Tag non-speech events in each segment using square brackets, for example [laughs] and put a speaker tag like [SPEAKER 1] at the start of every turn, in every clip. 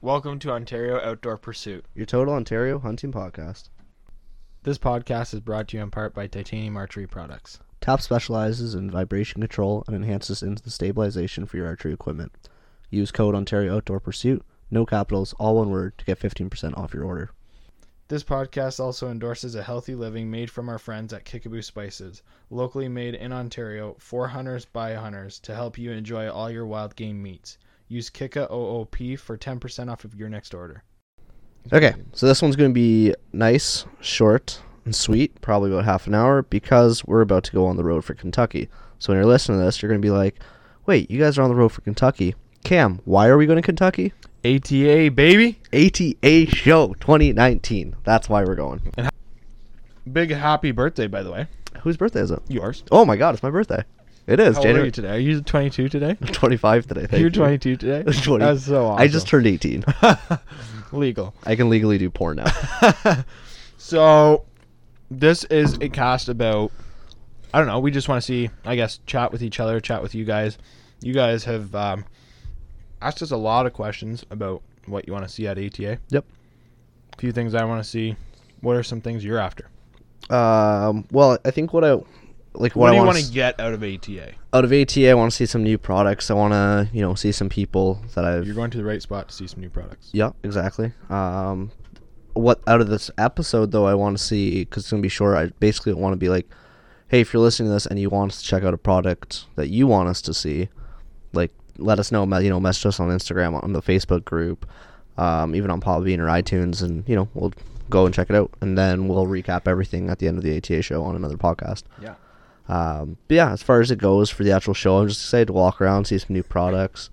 [SPEAKER 1] Welcome to Ontario Outdoor Pursuit.
[SPEAKER 2] Your total Ontario hunting podcast.
[SPEAKER 1] This podcast is brought to you in part by Titanium Archery Products.
[SPEAKER 2] TAP specializes in vibration control and enhances instant stabilization for your archery equipment. Use code Ontario Outdoor Pursuit, no capitals, all one word, to get 15% off your order.
[SPEAKER 1] This podcast also endorses a healthy living made from our friends at Kickaboo Spices, locally made in Ontario for hunters by hunters to help you enjoy all your wild game meats. Use Kika OOP for 10% off of your next order.
[SPEAKER 2] Okay, so this one's going to be nice, short, and sweet, probably about half an hour, because we're about to go on the road for Kentucky. So when you're listening to this, you're going to be like, wait, you guys are on the road for Kentucky. Cam, why are we going to Kentucky?
[SPEAKER 1] ATA, baby!
[SPEAKER 2] ATA Show 2019. That's why we're going.
[SPEAKER 1] Big happy birthday, by the way.
[SPEAKER 2] Whose birthday is it?
[SPEAKER 1] Yours.
[SPEAKER 2] Oh my god, it's my birthday. It is
[SPEAKER 1] How old are
[SPEAKER 2] January
[SPEAKER 1] you today? Are you 22 today?
[SPEAKER 2] [laughs] 25 today. Thank
[SPEAKER 1] You're
[SPEAKER 2] you. [laughs]
[SPEAKER 1] 22 today? [laughs]
[SPEAKER 2] 20.
[SPEAKER 1] That's so awesome.
[SPEAKER 2] I just turned 18.
[SPEAKER 1] Legal.
[SPEAKER 2] I can legally do
[SPEAKER 1] [laughs]
[SPEAKER 2] porn now.
[SPEAKER 1] So, this is a cast about. I don't know. We just want to see, I guess, chat with each other, chat with you guys. You guys have um, asked us a lot of questions about what you want to see at ATA.
[SPEAKER 2] Yep.
[SPEAKER 1] A few things I want to see. What are some things you're after?
[SPEAKER 2] um, well, I think what I like
[SPEAKER 1] What,
[SPEAKER 2] what,
[SPEAKER 1] do
[SPEAKER 2] I
[SPEAKER 1] you
[SPEAKER 2] want
[SPEAKER 1] want to
[SPEAKER 2] to
[SPEAKER 1] get out of ATA?
[SPEAKER 2] out of ATA, I want to see some new products. I want to, you know, see some people that I've
[SPEAKER 1] You're going to the right spot to see some new products.
[SPEAKER 2] Yeah, exactly. Um, what out of this episode though, I want to see because it's gonna be short. I basically want to be like, hey, if you're listening to this and you want us to check out a product that you want us to see, like let us know. me- You know, message us on Instagram, on the Facebook group, um, even on Podbean or iTunes, and you know we'll go and check it out, and then we'll recap everything at the end of the ATA show on another podcast.
[SPEAKER 1] Yeah.
[SPEAKER 2] Um, but yeah, as far as it goes for the actual show, I'm just excited to walk around, see some new products.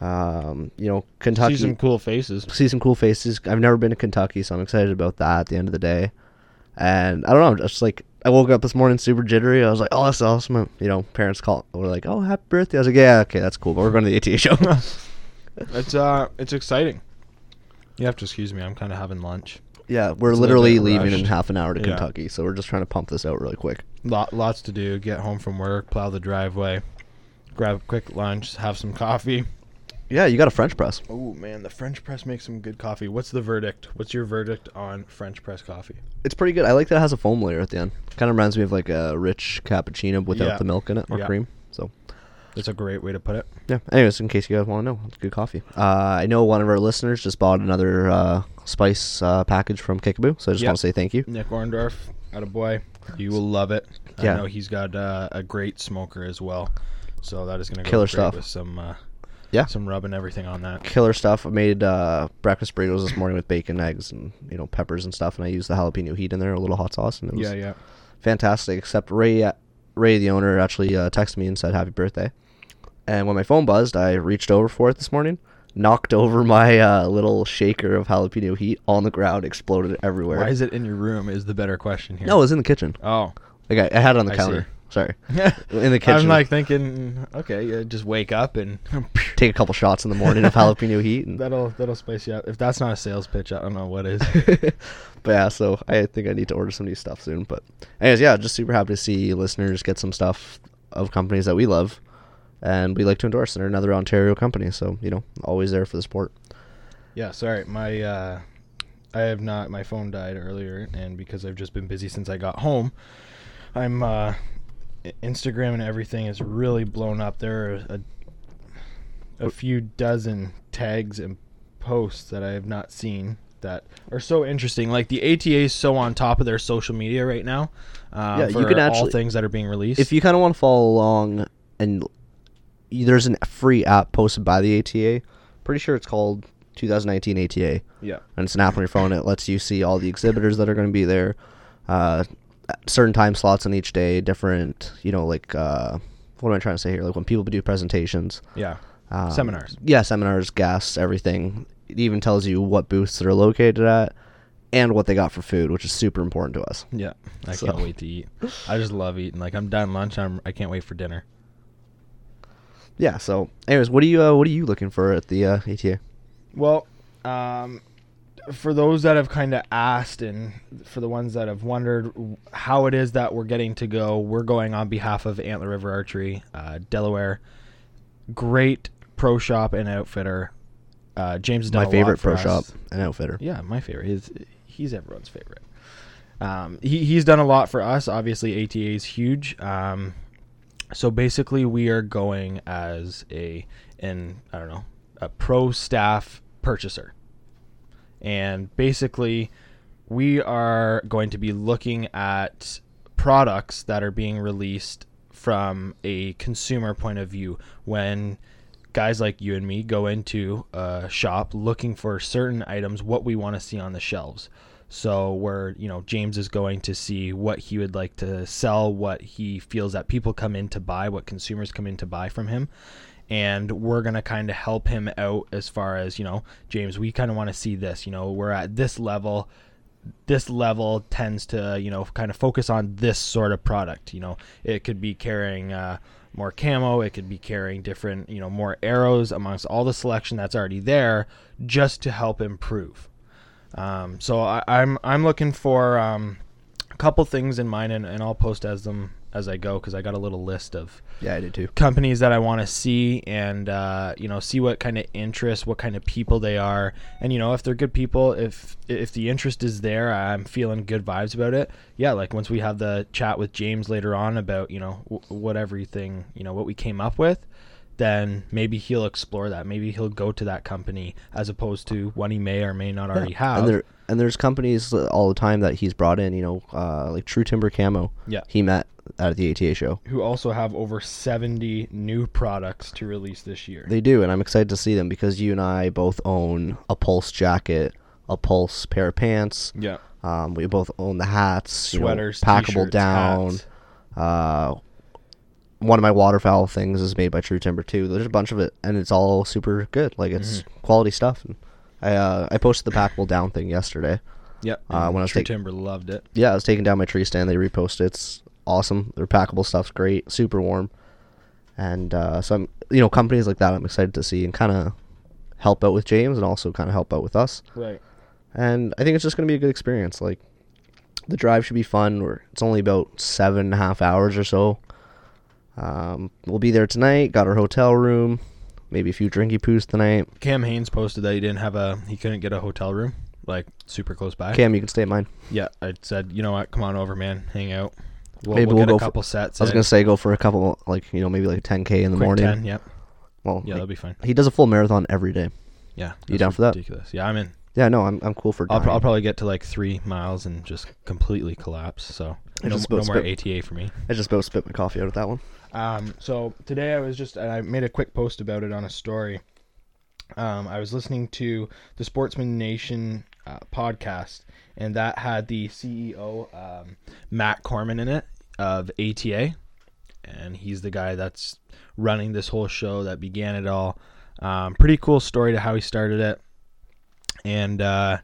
[SPEAKER 2] Um, you know, Kentucky
[SPEAKER 1] See some cool faces.
[SPEAKER 2] see some cool faces. I've never been to Kentucky, so I'm excited about that at the end of the day. And I don't know, just like I woke up this morning super jittery. I was like, "Oh, that's awesome!" And, You know, parents call were like, "Oh, happy birthday!" I was like, "Yeah, okay, that's cool." But we're going to the
[SPEAKER 1] [laughs]
[SPEAKER 2] ATA show.
[SPEAKER 1] It's uh, it's exciting. You have to excuse me. I'm kind of having lunch.
[SPEAKER 2] [laughs] yeah, we're
[SPEAKER 1] It's a little
[SPEAKER 2] literally
[SPEAKER 1] bit
[SPEAKER 2] leaving in
[SPEAKER 1] rushed.
[SPEAKER 2] half an hour to
[SPEAKER 1] Yeah.
[SPEAKER 2] Kentucky, so we're just trying to pump this out really quick.
[SPEAKER 1] Lot, lots to do. Get home from work, plow the driveway, grab a quick lunch, have some coffee.
[SPEAKER 2] Yeah, you got a French press.
[SPEAKER 1] Oh man, the French press makes some good coffee. What's the verdict? What's your verdict on French press coffee?
[SPEAKER 2] It's pretty good. I like that it has a foam layer at the end. Kind of reminds me of like a rich cappuccino without
[SPEAKER 1] Yeah.
[SPEAKER 2] the milk in it or
[SPEAKER 1] Yeah.
[SPEAKER 2] cream. So
[SPEAKER 1] That's a great way to put it.
[SPEAKER 2] Yeah. Anyways, in case you guys want to know, it's good coffee. Uh, I know one of our listeners just bought another uh, spice uh, package from Kickaboo, so I just
[SPEAKER 1] Yeah.
[SPEAKER 2] want to say thank you.
[SPEAKER 1] Nick Orndorff, out of boy, you will love it. I
[SPEAKER 2] Yeah.
[SPEAKER 1] know he's got uh, a great smoker as well, so that is going to go
[SPEAKER 2] Killer
[SPEAKER 1] great
[SPEAKER 2] stuff.
[SPEAKER 1] with some uh,
[SPEAKER 2] Yeah.
[SPEAKER 1] some rubbing everything on that.
[SPEAKER 2] Killer stuff. I made uh, breakfast burritos this morning with bacon, eggs, and you know peppers and stuff, and I used the jalapeno heat in there, a little hot sauce, and it was
[SPEAKER 1] Yeah, yeah.
[SPEAKER 2] fantastic. Except Ray, uh, Ray, the owner, actually uh, texted me and said happy birthday. And when my phone buzzed, I reached over for it this morning, knocked over my uh, little shaker of jalapeno heat on the ground, exploded everywhere.
[SPEAKER 1] Why is it in your room? Is the better question here?
[SPEAKER 2] no, it was in the kitchen.
[SPEAKER 1] Oh.
[SPEAKER 2] Like I, I had it on the
[SPEAKER 1] I see.
[SPEAKER 2] counter.
[SPEAKER 1] [laughs]
[SPEAKER 2] Sorry.
[SPEAKER 1] Yeah.
[SPEAKER 2] In the kitchen.
[SPEAKER 1] I'm like thinking, okay, yeah, just wake up and
[SPEAKER 2] [laughs]
[SPEAKER 1] [laughs]
[SPEAKER 2] Take a couple shots in the morning of jalapeno heat. And, [laughs] but
[SPEAKER 1] that'll that'll spice you up. If that's not a sales pitch, I don't know what
[SPEAKER 2] [laughs]
[SPEAKER 1] is.
[SPEAKER 2] yeah, so I think I need to order some new stuff soon. But anyways, yeah, just super happy to see listeners get some stuff of companies that we love and we like to endorse. They're another Ontario company, so you know, always there for the support.
[SPEAKER 1] Yeah, sorry. My uh I have not my phone died earlier and because I've just been busy since I got home, I'm uh I- Instagram and everything is really blown up. There are a, a few dozen tags and posts that I have not seen that are so interesting. Like the ATA is so on top of their social media right now. Uh,
[SPEAKER 2] Yeah, you
[SPEAKER 1] for
[SPEAKER 2] can
[SPEAKER 1] all
[SPEAKER 2] actually-
[SPEAKER 1] things that are being released.
[SPEAKER 2] If you kind of want to follow along, and y- there's a free app posted by the ATA. Pretty sure it's called 2019 ATA.
[SPEAKER 1] yeah,
[SPEAKER 2] and it's an app on your phone. It lets you see all the exhibitors that are going to be there, uh, at certain time slots on each day, different, you know, like uh, what am I trying to say here? Like when people do presentations,
[SPEAKER 1] yeah,
[SPEAKER 2] um,
[SPEAKER 1] seminars.
[SPEAKER 2] yeah, seminars, guests, everything. It even tells you what booths they're located at and what they got for food, which is super important to us.
[SPEAKER 1] Yeah, I
[SPEAKER 2] So-
[SPEAKER 1] can't wait to eat. I just love eating. Like I'm done lunch. I'm I can't wait for dinner.
[SPEAKER 2] Yeah. So, anyways, what are you uh, what are you looking for at the uh, ATA?
[SPEAKER 1] Well, um, for those that have kind of asked, and for the ones that have wondered how it is that we're getting to go, we're going on behalf of Antler River Archery, uh, Delaware. Great pro shop and outfitter. Uh, James has done
[SPEAKER 2] My
[SPEAKER 1] a lot
[SPEAKER 2] favorite
[SPEAKER 1] for
[SPEAKER 2] pro
[SPEAKER 1] us.
[SPEAKER 2] shop and outfitter.
[SPEAKER 1] Yeah, my favorite. He's he's everyone's favorite. Um, he he's done a lot for us. Obviously, ATA is huge. Um, so basically, we are going as a an I don't know a pro staff purchaser, and basically, we are going to be looking at products that are being released from a consumer point of view when guys like you and me go into a shop looking for certain items what we want to see on the shelves so where you know james is going to see what he would like to sell what he feels that people come in to buy what consumers come in to buy from him and we're going to kind of help him out as far as you know james we kind of want to see this you know we're at this level this level tends to you know kind of focus on this sort of product you know it could be carrying uh, more camo it could be carrying different you know more arrows amongst all the selection that's already there just to help improve um, so I, i'm i'm looking for um, a couple things in mind and, and i'll post as them as i go because i got a little list of
[SPEAKER 2] Yeah, I do too.
[SPEAKER 1] companies that I want to see and uh, you know see what kind of interest, what kind of people they are, and you know if they're good people, if if the interest is there, I'm feeling good vibes about it. Yeah, like once we have the chat with James later on about you know w- what everything you know what we came up with, then maybe he'll explore that. Maybe he'll go to that company as opposed to one he may or may not already have.
[SPEAKER 2] And there and there's companies all the time that he's brought in. You know, uh, like True Timber Camo.
[SPEAKER 1] Yeah.
[SPEAKER 2] He met at the ATA show.
[SPEAKER 1] who also have over 70 new products to release this year.
[SPEAKER 2] They do, and I'm excited to see them because you and I both own a Pulse jacket, a Pulse pair of pants.
[SPEAKER 1] yeah.
[SPEAKER 2] Um, we both own the hats, you know,
[SPEAKER 1] Sweaters,
[SPEAKER 2] packable
[SPEAKER 1] t-shirts,
[SPEAKER 2] down.
[SPEAKER 1] hats.
[SPEAKER 2] Uh, one of my waterfowl things is made by True Timber too. There's a bunch of it, and it's all super good. Like it's
[SPEAKER 1] Mm-hmm.
[SPEAKER 2] quality stuff. And I uh, I posted the packable down thing yesterday.
[SPEAKER 1] Yep.
[SPEAKER 2] Uh, when I was
[SPEAKER 1] True
[SPEAKER 2] take-
[SPEAKER 1] Timber loved it.
[SPEAKER 2] Yeah, I was taking down my tree stand. They reposted. it. It's awesome. Their packable stuff's great, super warm, and uh, so I'm you know companies like that. I'm excited to see and kind of help out with James and also kind of help out with us
[SPEAKER 1] Right.
[SPEAKER 2] and I think it's just gonna be a good experience. Like the drive should be fun. We're, it's only about seven and a half hours or so. Um, we'll be there tonight. Got our hotel room, maybe a few drinky poos tonight.
[SPEAKER 1] Cam Haynes posted that he didn't have a he couldn't get a hotel room like super close by.
[SPEAKER 2] Cam, you can stay at mine.
[SPEAKER 1] Yeah, I said, you know what, come on over, man, hang out. We'll,
[SPEAKER 2] Maybe
[SPEAKER 1] we'll,
[SPEAKER 2] we'll
[SPEAKER 1] get
[SPEAKER 2] go
[SPEAKER 1] a
[SPEAKER 2] for-
[SPEAKER 1] couple sets.
[SPEAKER 2] I was
[SPEAKER 1] in.
[SPEAKER 2] gonna say go for a couple, like you know, maybe like a 10k in the
[SPEAKER 1] Quick
[SPEAKER 2] morning.
[SPEAKER 1] 10, yep.
[SPEAKER 2] Well,
[SPEAKER 1] Yeah,
[SPEAKER 2] like,
[SPEAKER 1] that'll be fine.
[SPEAKER 2] he does a full marathon every day.
[SPEAKER 1] Yeah,
[SPEAKER 2] You
[SPEAKER 1] that's
[SPEAKER 2] down for that?
[SPEAKER 1] Ridiculous. Yeah, I'm in.
[SPEAKER 2] Yeah, no, I'm I'm cool for.
[SPEAKER 1] I'll, pro-
[SPEAKER 2] dying.
[SPEAKER 1] I'll probably get to like three miles and just completely collapse. So
[SPEAKER 2] I
[SPEAKER 1] no,
[SPEAKER 2] just
[SPEAKER 1] no
[SPEAKER 2] about
[SPEAKER 1] more
[SPEAKER 2] spit-
[SPEAKER 1] ATA for me.
[SPEAKER 2] I just about spit my coffee out at that one.
[SPEAKER 1] Um, so today I was just and I made a quick post about it on a story. Um, I was listening to the Sportsman Nation uh, podcast, and that had the CEO um, Matt Corman in it of ATA, and he's the guy that's running this whole show that began it all. Um, pretty cool story to how he started it, and uh,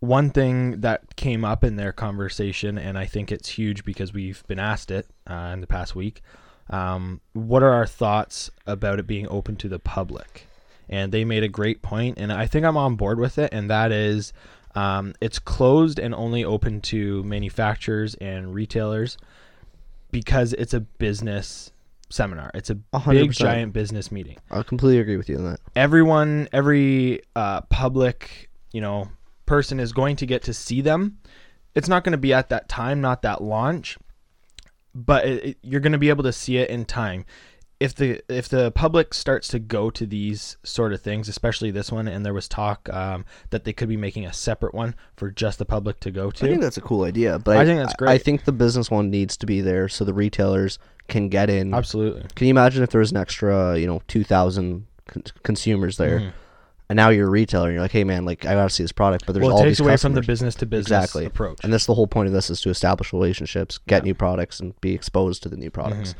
[SPEAKER 1] one thing that came up in their conversation, and I think it's huge because we've been asked it uh, in the past week. Um, what are our thoughts about it being open to the public? And they made a great point, and I think I'm on board with it. And that is, um, it's closed and only open to manufacturers and retailers because it's a business seminar. It's a big
[SPEAKER 2] 100%.
[SPEAKER 1] giant business meeting
[SPEAKER 2] I completely agree with you on that.
[SPEAKER 1] everyone, every uh, public, you know, person is going to get to see them. It's not going to be at that time, not that launch, but it, it- you're going to be able to see it in time. If the if the public starts to go to these sort of things, especially this one, and there was talk um, that they could be making a separate one for just the public to go to.
[SPEAKER 2] I think that's a cool idea, but
[SPEAKER 1] I think that's
[SPEAKER 2] I
[SPEAKER 1] great.
[SPEAKER 2] think the business one needs to be there so the retailers can get in.
[SPEAKER 1] Absolutely.
[SPEAKER 2] Can you imagine if there was an extra, you know, 2,000 con- consumers there?
[SPEAKER 1] Mm-hmm.
[SPEAKER 2] And now you're a retailer and you're like, "Hey man, like I got to see this product, but there's
[SPEAKER 1] Well,
[SPEAKER 2] all
[SPEAKER 1] it takes
[SPEAKER 2] these
[SPEAKER 1] away from
[SPEAKER 2] customers."
[SPEAKER 1] the business to business
[SPEAKER 2] exactly.
[SPEAKER 1] approach.
[SPEAKER 2] And that's the whole point of this is to establish relationships, get new products and be exposed to the new
[SPEAKER 1] Mm-hmm.
[SPEAKER 2] products.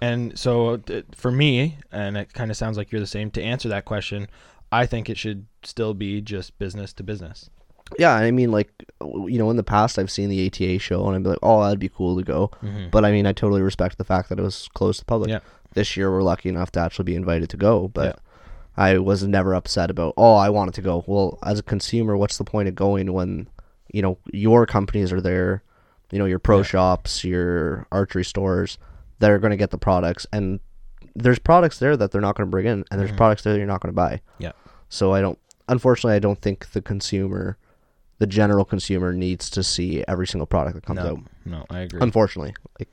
[SPEAKER 1] And so, th- for me, and it kind of sounds like you're the same. To answer that question, I think it should still be just business to business.
[SPEAKER 2] Yeah, I mean like you know, in the past I've seen the ATA show and I'd be like, "Oh, that'd be cool to go." But I mean, I totally respect the fact that it was closed to the public.
[SPEAKER 1] Mm-hmm. Yeah.
[SPEAKER 2] This year we're lucky enough to actually be invited to go, but
[SPEAKER 1] Yeah.
[SPEAKER 2] I was never upset about, "Oh, I wanted to go." Well, as a consumer, what's the point of going when, you know, your companies are there, you know, your pro shops, your archery stores that are going to get the products
[SPEAKER 1] Mm-hmm.
[SPEAKER 2] and there's products there that they're not going to bring in and there's products there you're not going to buy.
[SPEAKER 1] Yeah.
[SPEAKER 2] So I don't unfortunately, I don't think the consumer, the general consumer, needs to see every single product that comes out.
[SPEAKER 1] No, no, I agree.
[SPEAKER 2] Unfortunately, like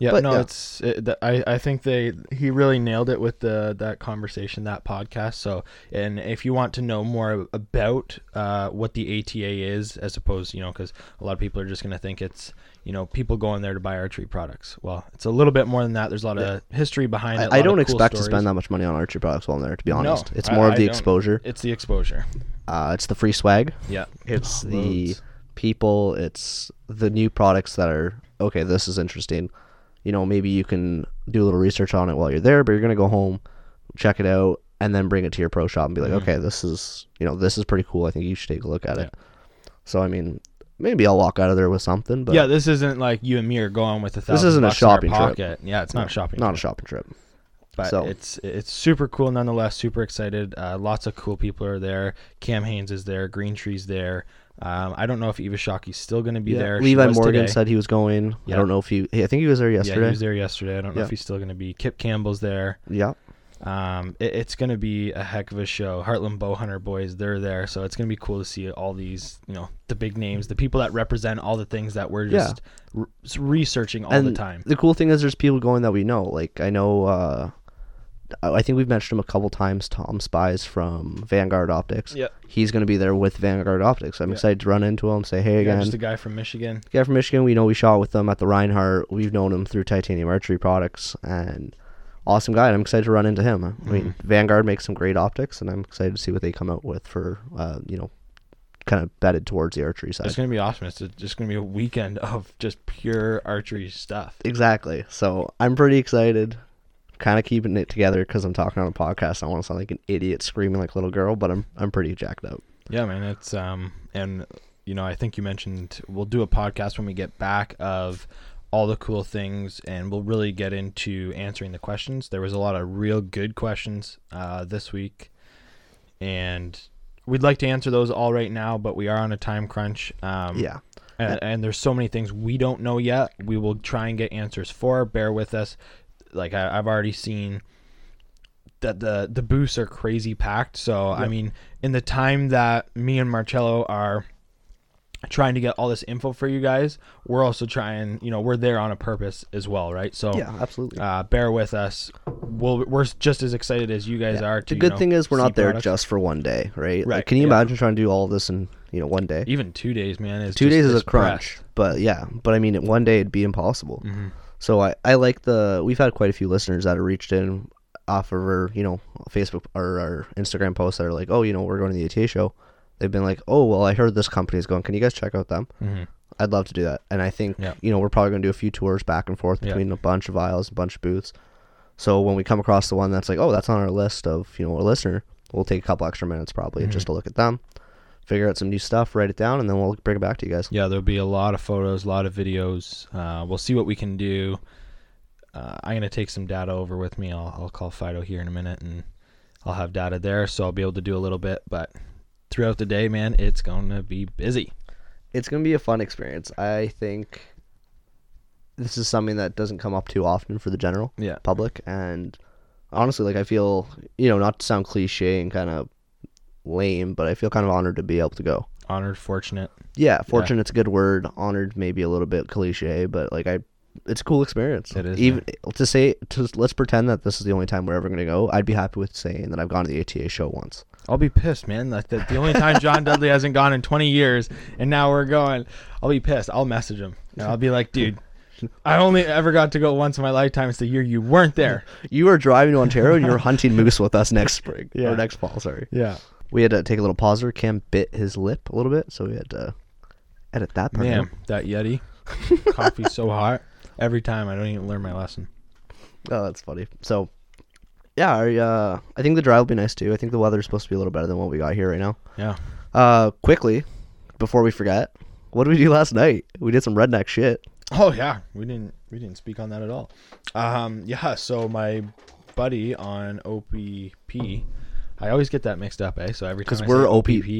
[SPEAKER 1] Yeah,
[SPEAKER 2] Um, But,
[SPEAKER 1] no,
[SPEAKER 2] yeah.
[SPEAKER 1] it's it, th- I I think they he really nailed it with the that conversation that podcast. So, and if you want to know more about uh, what the ATA is, as opposed, you know, because a lot of people are just going to think it's you know people going there to buy archery products. Well, it's a little bit more than that. There's a lot of history behind it. a
[SPEAKER 2] I, I
[SPEAKER 1] lot
[SPEAKER 2] don't
[SPEAKER 1] of cool
[SPEAKER 2] expect to
[SPEAKER 1] stories.
[SPEAKER 2] spend that much money on archery products while I'm there. To be honest, it's
[SPEAKER 1] I-
[SPEAKER 2] more
[SPEAKER 1] I
[SPEAKER 2] of the
[SPEAKER 1] don't.
[SPEAKER 2] exposure.
[SPEAKER 1] It's the exposure.
[SPEAKER 2] Uh, it's the free swag.
[SPEAKER 1] Yeah,
[SPEAKER 2] It's
[SPEAKER 1] Oh,
[SPEAKER 2] the
[SPEAKER 1] loads.
[SPEAKER 2] people. It's the new products that are okay. This is interesting. You know, maybe you can do a little research on it while you're there, but you're gonna go home, check it out, and then bring it to your pro shop and be like,
[SPEAKER 1] Mm-hmm.
[SPEAKER 2] okay, this is you know this is pretty cool. I think you should take a look at it. So I mean, maybe I'll walk out of there with something, but
[SPEAKER 1] yeah. This isn't like you and me are going with a thousand.
[SPEAKER 2] isn't a
[SPEAKER 1] bucks in our
[SPEAKER 2] shopping trip.
[SPEAKER 1] pocket. Yeah, it's not a shopping.
[SPEAKER 2] not a shopping trip.
[SPEAKER 1] but
[SPEAKER 2] So-
[SPEAKER 1] it's it's super cool nonetheless. Super excited. Uh, lots of cool people are there. Cam Haynes is there. Green Tree's there. Um, I don't know if Eva Shockey's still going to be there. She
[SPEAKER 2] Levi
[SPEAKER 1] was
[SPEAKER 2] Morgan
[SPEAKER 1] today.
[SPEAKER 2] said he was going.
[SPEAKER 1] Yeah.
[SPEAKER 2] I don't know if he. I think he was there
[SPEAKER 1] Yeah,
[SPEAKER 2] yesterday.
[SPEAKER 1] he was there yesterday. I don't know
[SPEAKER 2] Yeah.
[SPEAKER 1] if he's still going to be. Kip Campbell's there.
[SPEAKER 2] yeah.
[SPEAKER 1] Um, it, it's going to be a heck of a show. Heartland Bowhunter boys, they're there, so it's going to be cool to see all these, you know, the big names, the people that represent all the things that we're
[SPEAKER 2] Yeah.
[SPEAKER 1] just re- researching all the time.
[SPEAKER 2] The cool thing is there's people going that we know. Like I know uh I I think we've mentioned him a couple times, Tom Spies from Vanguard Optics.
[SPEAKER 1] Yep.
[SPEAKER 2] He's gonna be there with Vanguard Optics. I'm excited to run into him, say hey
[SPEAKER 1] Yeah,
[SPEAKER 2] again.
[SPEAKER 1] just a guy from Michigan.
[SPEAKER 2] guy from Michigan, we know we shot with him at the Reinhardt. We've known him through Titanium Archery Products and awesome guy and I'm excited to run into him.
[SPEAKER 1] Mm-hmm.
[SPEAKER 2] I mean Vanguard makes some great optics and I'm excited to see what they come out with for uh, you know, kind of bedded towards the archery side.
[SPEAKER 1] It's going to be awesome. It's just going to be a weekend of just pure archery stuff.
[SPEAKER 2] Exactly. So I'm pretty excited. Kind of keeping it together because I'm talking on a podcast. I want to sound like an idiot screaming like a little girl, but I'm I'm pretty jacked up.
[SPEAKER 1] Yeah, man, it's um, and you know, I think you mentioned we'll do a podcast when we get back of all the cool things, and we'll really get into answering the questions. There was a lot of real good questions uh, this week, and we'd like to answer those all right now, but we are on a time crunch. Um,
[SPEAKER 2] Yeah.
[SPEAKER 1] and, and there's so many things we don't know yet. We will try and get answers for. Bear with us. Like I, I've already seen that the the booths are crazy packed. So I mean, in the time that me and Marcello are trying to get all this info for you guys, we're also trying. You know, we're there on a purpose as well, right? So
[SPEAKER 2] Yeah, absolutely.
[SPEAKER 1] Uh, bear with us. We'll, we're just as excited as you guys are. To,
[SPEAKER 2] the
[SPEAKER 1] you
[SPEAKER 2] good
[SPEAKER 1] know,
[SPEAKER 2] thing is we're
[SPEAKER 1] see
[SPEAKER 2] not there
[SPEAKER 1] products.
[SPEAKER 2] just for one day, right? Like,
[SPEAKER 1] Right,
[SPEAKER 2] can you
[SPEAKER 1] yeah.
[SPEAKER 2] imagine trying to do all this in you know one day?
[SPEAKER 1] even two days, man. Is
[SPEAKER 2] Two
[SPEAKER 1] just
[SPEAKER 2] days is
[SPEAKER 1] this
[SPEAKER 2] a crunch,
[SPEAKER 1] press.
[SPEAKER 2] but yeah, but I mean, in one day it'd be impossible.
[SPEAKER 1] Mm-hmm.
[SPEAKER 2] So I I like the we've had quite a few listeners that have reached in off of our you know Facebook or our Instagram posts that are like, oh, you know, we're going to the ATA show. They've been like, oh, well, I heard this company's going. Can you guys check out them? Mm-hmm. I'd love to do that, and I think
[SPEAKER 1] Yeah.
[SPEAKER 2] you know we're probably going to do a few tours back and forth between a bunch of aisles, a bunch of booths. So when we come across the one that's like, oh, that's on our list of you know a listener, we'll take a couple extra minutes probably
[SPEAKER 1] Mm-hmm.
[SPEAKER 2] just to look at them, figure out some new stuff, write it down, and then we'll bring it back to you guys.
[SPEAKER 1] Yeah, there'll be a lot of photos, a lot of videos. Uh, we'll see what we can do. Uh, I'm gonna take some data over with me. I'll, I'll call Fido here in a minute, and I'll have data there, so I'll be able to do a little bit. But throughout the day, man, it's gonna be busy.
[SPEAKER 2] it's gonna be a fun experience. I think this is something that doesn't come up too often for the general
[SPEAKER 1] Yeah.
[SPEAKER 2] public, and honestly, like I feel you know not to sound cliche and kind of lame, but I feel kind of honored to be able to go.
[SPEAKER 1] Honored, fortunate.
[SPEAKER 2] Yeah, fortunate's a good word. Honored, maybe a little bit cliche, but like I, it's a cool experience.
[SPEAKER 1] It is,
[SPEAKER 2] Even to say to let's pretend that this is the only time we're ever gonna go. I'd be happy with saying that I've gone to the ATA show once.
[SPEAKER 1] I'll be pissed, man. Like the, the only time [laughs] John Dudley hasn't gone in 20 years, and now we're going. I'll be pissed. I'll message him. And I'll be like, dude, I only ever got to go once in my lifetime. It's the year you weren't there.
[SPEAKER 2] You were driving to Ontario and you
[SPEAKER 1] [laughs]
[SPEAKER 2] were hunting moose with us next spring
[SPEAKER 1] Yeah.
[SPEAKER 2] or next fall. Sorry.
[SPEAKER 1] Yeah.
[SPEAKER 2] We had to take a little pause there. Cam bit his lip a little bit, so we had to edit that part.
[SPEAKER 1] Damn, that [laughs] Yeti. Coffee's so hot. Every time I don't even learn my lesson.
[SPEAKER 2] out. Oh, that's funny. So, yeah, I, uh, I think the drive will be nice too. I think the weather's supposed to be a little better than what we got here right now.
[SPEAKER 1] Yeah.
[SPEAKER 2] Uh, quickly, before we forget, what did we do last night? We did some redneck shit.
[SPEAKER 1] Oh yeah. We didn't we didn't speak on that at all. Um yeah, so my buddy on OPP I always get that mixed up, eh? So every time I
[SPEAKER 2] we're
[SPEAKER 1] say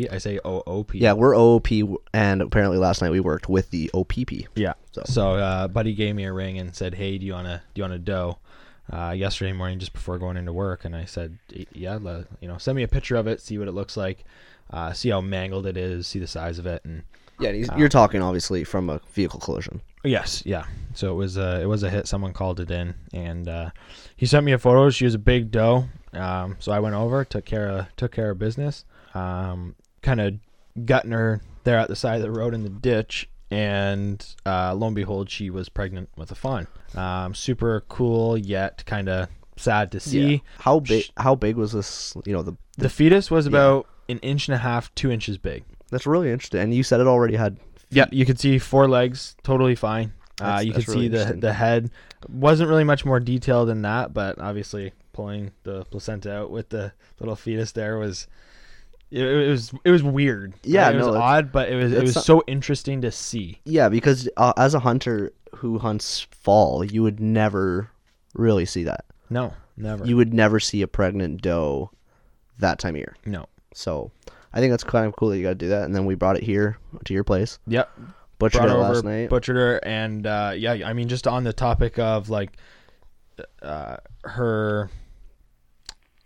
[SPEAKER 2] OPP.
[SPEAKER 1] I say OOP.
[SPEAKER 2] Yeah, we're OOP, and apparently last night we worked with the OPP.
[SPEAKER 1] Yeah.
[SPEAKER 2] So-
[SPEAKER 1] So, uh, buddy gave me a ring and said, "Hey, do you wanna do you wanna dough?" uh, yesterday morning just before going into work, and I said, "Y- "Yeah, le- you know, send me a picture of it, see what it looks like, uh, see how mangled it is, see the size of it." And
[SPEAKER 2] Yeah, and he's, you're talking obviously from a vehicle collision.
[SPEAKER 1] yes, yeah. So it was a it was a hit. Someone called it in, and uh, he sent me a photo. She was a big doe, um, so I went over, took care of took care of business, um, kind of gutting her there at the side of the road in the ditch. And uh, lo and behold, she was pregnant with a fawn. Um, super cool, yet kind of sad to see.
[SPEAKER 2] How big? How big was this? You know, the
[SPEAKER 1] The fetus was about an inch and a half, two inches big.
[SPEAKER 2] that's really interesting. And you said it already had.
[SPEAKER 1] Yeah, you could see four legs, totally fine. Uh,
[SPEAKER 2] That's-
[SPEAKER 1] you could
[SPEAKER 2] that's really
[SPEAKER 1] see the
[SPEAKER 2] interesting.
[SPEAKER 1] the head wasn't really much more detailed than that, but obviously pulling the placenta out with the little fetus there was it, it was it was weird.
[SPEAKER 2] Yeah,
[SPEAKER 1] it was
[SPEAKER 2] no, it's-
[SPEAKER 1] odd, but it was it
[SPEAKER 2] it's
[SPEAKER 1] was
[SPEAKER 2] some-
[SPEAKER 1] so interesting to see.
[SPEAKER 2] Yeah, because uh, as a hunter who hunts fall, you would never really see that.
[SPEAKER 1] No, never.
[SPEAKER 2] You would never see a pregnant doe that time of year.
[SPEAKER 1] no.
[SPEAKER 2] So I think that's kind of cool that you got to do that. And then we brought it here to your place,
[SPEAKER 1] Yep.
[SPEAKER 2] butchered
[SPEAKER 1] Brought
[SPEAKER 2] it
[SPEAKER 1] over,
[SPEAKER 2] last night.
[SPEAKER 1] butchered her, and uh, yeah, I mean, just on the topic of like uh, her,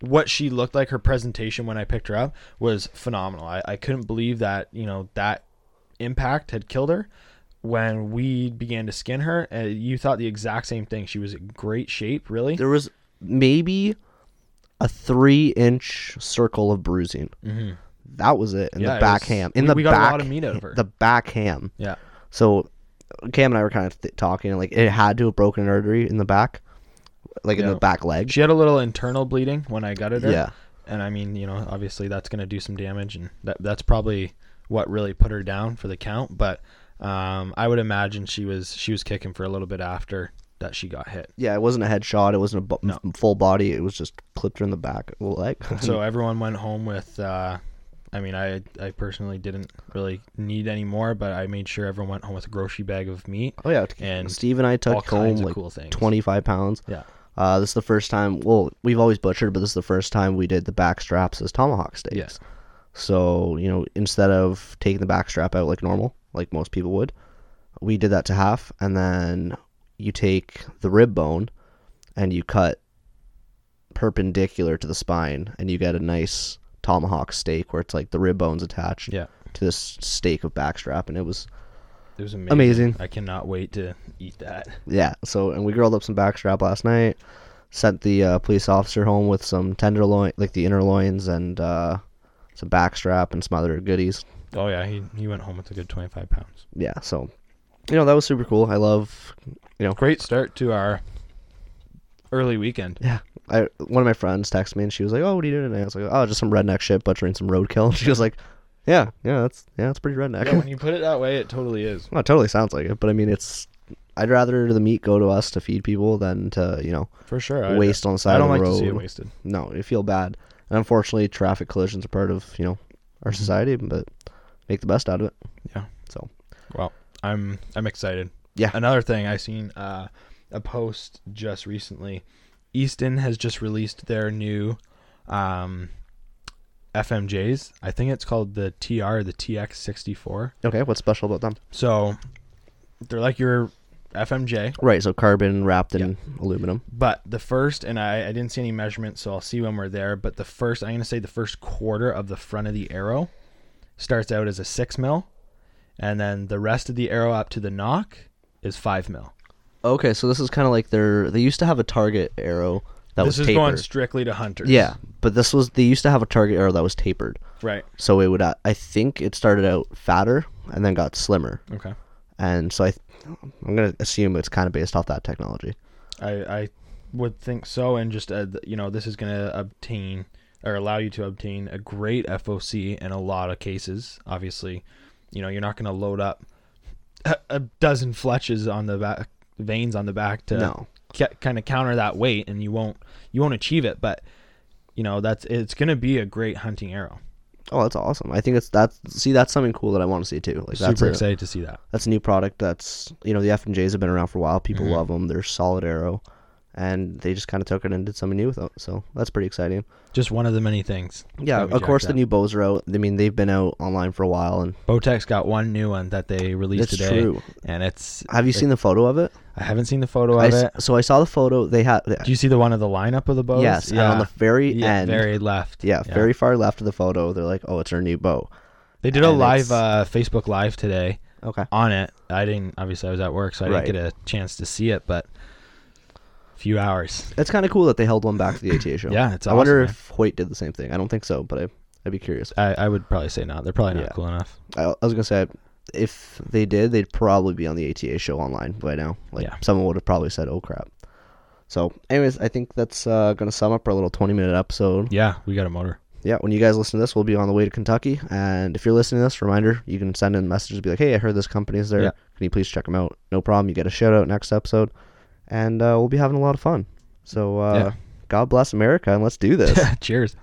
[SPEAKER 1] what she looked like, her presentation when I picked her up was phenomenal. I, I couldn't believe that you know that impact had killed her. When we began to skin her, uh, you thought the exact same thing. She was in great shape, really.
[SPEAKER 2] there was maybe a three-inch circle of bruising. Mm-hmm. That was it in
[SPEAKER 1] Yeah, it
[SPEAKER 2] the back
[SPEAKER 1] was-
[SPEAKER 2] ham. In
[SPEAKER 1] we-
[SPEAKER 2] the
[SPEAKER 1] we got a
[SPEAKER 2] back,
[SPEAKER 1] lot of meat out of her.
[SPEAKER 2] The back ham.
[SPEAKER 1] Yeah,
[SPEAKER 2] So Cam and I were kind of th- talking, and, like it had to have broken an artery in the back, like in
[SPEAKER 1] Yeah.
[SPEAKER 2] the back leg.
[SPEAKER 1] she had a little internal bleeding when I gutted her.
[SPEAKER 2] Yeah.
[SPEAKER 1] and I mean, you know, obviously that's going to do some damage, and that that's probably what really put her down for the count. But um, I would imagine she was she was kicking for a little bit after that she got hit.
[SPEAKER 2] Yeah, it wasn't a headshot. It wasn't a bu- f- full body. It was just clipped her in the back of the [laughs] leg.
[SPEAKER 1] So everyone went home with. Uh, I mean, I I personally didn't really need any more, but I made sure everyone went home with a grocery bag of meat.
[SPEAKER 2] oh yeah,
[SPEAKER 1] And
[SPEAKER 2] and Steve and I
[SPEAKER 1] all
[SPEAKER 2] took home
[SPEAKER 1] kinds of
[SPEAKER 2] like
[SPEAKER 1] cool things.
[SPEAKER 2] twenty-five pounds.
[SPEAKER 1] Yeah.
[SPEAKER 2] Uh, this is the first time. Well, we've always butchered, but this is the first time we did the back straps as tomahawk steaks.
[SPEAKER 1] Yes.
[SPEAKER 2] So you know, instead of taking the back strap out like normal, like most people would, we did that to half, and then you take the rib bone, and you cut perpendicular to the spine, and you get a nice tomahawk steak where it's like the rib bones attached
[SPEAKER 1] Yeah.
[SPEAKER 2] to this steak of back strap, and it was
[SPEAKER 1] It was amazing.
[SPEAKER 2] amazing.
[SPEAKER 1] I cannot wait to eat that.
[SPEAKER 2] Yeah. So, and we grilled up some backstrap last night. Sent the uh, police officer home with some tenderloin, like the inner loins, and uh, some backstrap and some other goodies.
[SPEAKER 1] Oh yeah, he he went home with a good twenty five pounds.
[SPEAKER 2] Yeah. So, you know, that was super cool. I love, you know,
[SPEAKER 1] Great start to our early weekend.
[SPEAKER 2] yeah. I one of my friends texted me and she was like, "Oh, what are you doing today?" I was like, "Oh, just some redneck shit butchering some roadkill." [laughs] And she was like, "Yeah, yeah, that's yeah, that's pretty redneck."
[SPEAKER 1] Yeah, when you put it that way, it totally is.
[SPEAKER 2] [laughs] well, it totally sounds like it, but I mean, it's. I'd rather the meat go to us to feed people than to you know
[SPEAKER 1] For sure. I-
[SPEAKER 2] waste on the side
[SPEAKER 1] I don't
[SPEAKER 2] of the
[SPEAKER 1] like
[SPEAKER 2] road.
[SPEAKER 1] to see it wasted.
[SPEAKER 2] no, you feel bad. And unfortunately, traffic collisions are part of you know
[SPEAKER 1] Mm-hmm.
[SPEAKER 2] our society, but make the best out of it.
[SPEAKER 1] Yeah.
[SPEAKER 2] So
[SPEAKER 1] Well, I'm I'm excited.
[SPEAKER 2] Yeah.
[SPEAKER 1] Another thing I seen uh, a post just recently. Easton has just released their new um, FMJs. I think it's called the TR, the TX64.
[SPEAKER 2] okay, what's special about them?
[SPEAKER 1] So they're like your FMJ,
[SPEAKER 2] Right, so carbon wrapped in aluminum.
[SPEAKER 1] but the first, and I, I didn't see any measurements, so I'll see when we're there. But the first, I'm going to say the first quarter of the front of the arrow starts out as a six mil, and then the rest of the arrow up to the knock is five mil.
[SPEAKER 2] Okay, so this is kind of like their. They used to have a target arrow that
[SPEAKER 1] This
[SPEAKER 2] was
[SPEAKER 1] is
[SPEAKER 2] tapered.
[SPEAKER 1] going strictly to hunters.
[SPEAKER 2] yeah, but this was they used to have a target arrow that was tapered.
[SPEAKER 1] Right.
[SPEAKER 2] So it would. uh, I think it started out fatter and then got slimmer,
[SPEAKER 1] Okay.
[SPEAKER 2] and so I. th- I'm gonna assume it's kind of based off that technology.
[SPEAKER 1] I I would think so, and just uh, th- you know, this is going to obtain or allow you to obtain a great FOC in a lot of cases. Obviously, you know, you're not going to load up a, a dozen fletches on the back veins on the back to
[SPEAKER 2] No.
[SPEAKER 1] kind of counter that weight, and you won't you won't achieve it. But you know, that's it's going to be a great hunting arrow.
[SPEAKER 2] Oh, that's awesome! I think it's that's see that's something cool that I want to see too. Like that's
[SPEAKER 1] Super
[SPEAKER 2] a-
[SPEAKER 1] excited to see that. Mm-hmm.
[SPEAKER 2] that's a new product that's you know the F and J's have been around for a while. People love 'em. love them. They're solid arrow, and they just kind of took it and did something new with it. So that's pretty exciting.
[SPEAKER 1] Just one of the many things.
[SPEAKER 2] Yeah,
[SPEAKER 1] that we
[SPEAKER 2] of course
[SPEAKER 1] jacked
[SPEAKER 2] the
[SPEAKER 1] up.
[SPEAKER 2] new bows are out. I mean, they've been out online for a while, and
[SPEAKER 1] Botex got one new one that they released
[SPEAKER 2] That's
[SPEAKER 1] today,
[SPEAKER 2] true.
[SPEAKER 1] and it's.
[SPEAKER 2] have you
[SPEAKER 1] it-
[SPEAKER 2] seen the photo of it?
[SPEAKER 1] I haven't seen the photo
[SPEAKER 2] I
[SPEAKER 1] of
[SPEAKER 2] s-
[SPEAKER 1] it.
[SPEAKER 2] so I saw the photo. They had
[SPEAKER 1] Do you see the one of the lineup of the bows?
[SPEAKER 2] yes, and on the very
[SPEAKER 1] yeah,
[SPEAKER 2] end,
[SPEAKER 1] very left.
[SPEAKER 2] yeah, very far left of the photo, they're like, "Oh, it's our new bow."
[SPEAKER 1] They did a
[SPEAKER 2] and
[SPEAKER 1] live
[SPEAKER 2] it's-
[SPEAKER 1] uh, Facebook live today
[SPEAKER 2] Okay.
[SPEAKER 1] on it. I didn't. Obviously, I was at work, so I
[SPEAKER 2] Right.
[SPEAKER 1] didn't get a chance to see it. But a few hours.
[SPEAKER 2] It's kind of cool that they held one back for the ATA show.
[SPEAKER 1] Yeah, it's
[SPEAKER 2] I wonder
[SPEAKER 1] awesome,
[SPEAKER 2] if Hoyt did the same thing. I don't think so, but I, I'd be curious.
[SPEAKER 1] I, I would probably say not. They're probably not
[SPEAKER 2] Yeah.
[SPEAKER 1] cool enough.
[SPEAKER 2] I, I was gonna say, if they did, they'd probably be on the ATA show online by now. Like
[SPEAKER 1] Yeah.
[SPEAKER 2] someone would have probably said, "Oh crap." So, anyways, I think that's uh, gonna sum up our little twenty-minute episode.
[SPEAKER 1] Yeah, we got a motor.
[SPEAKER 2] yeah, when you guys listen to this, we'll be on the way to Kentucky. And if you're listening to this, reminder, you can send in messages, be like, hey, I heard this company's there.
[SPEAKER 1] Yeah.
[SPEAKER 2] Can you please check them out? No problem. You get a shout out next episode. And uh, we'll be having a lot of fun. So uh,
[SPEAKER 1] Yeah.
[SPEAKER 2] God bless America and let's do this.
[SPEAKER 1] [laughs] Cheers.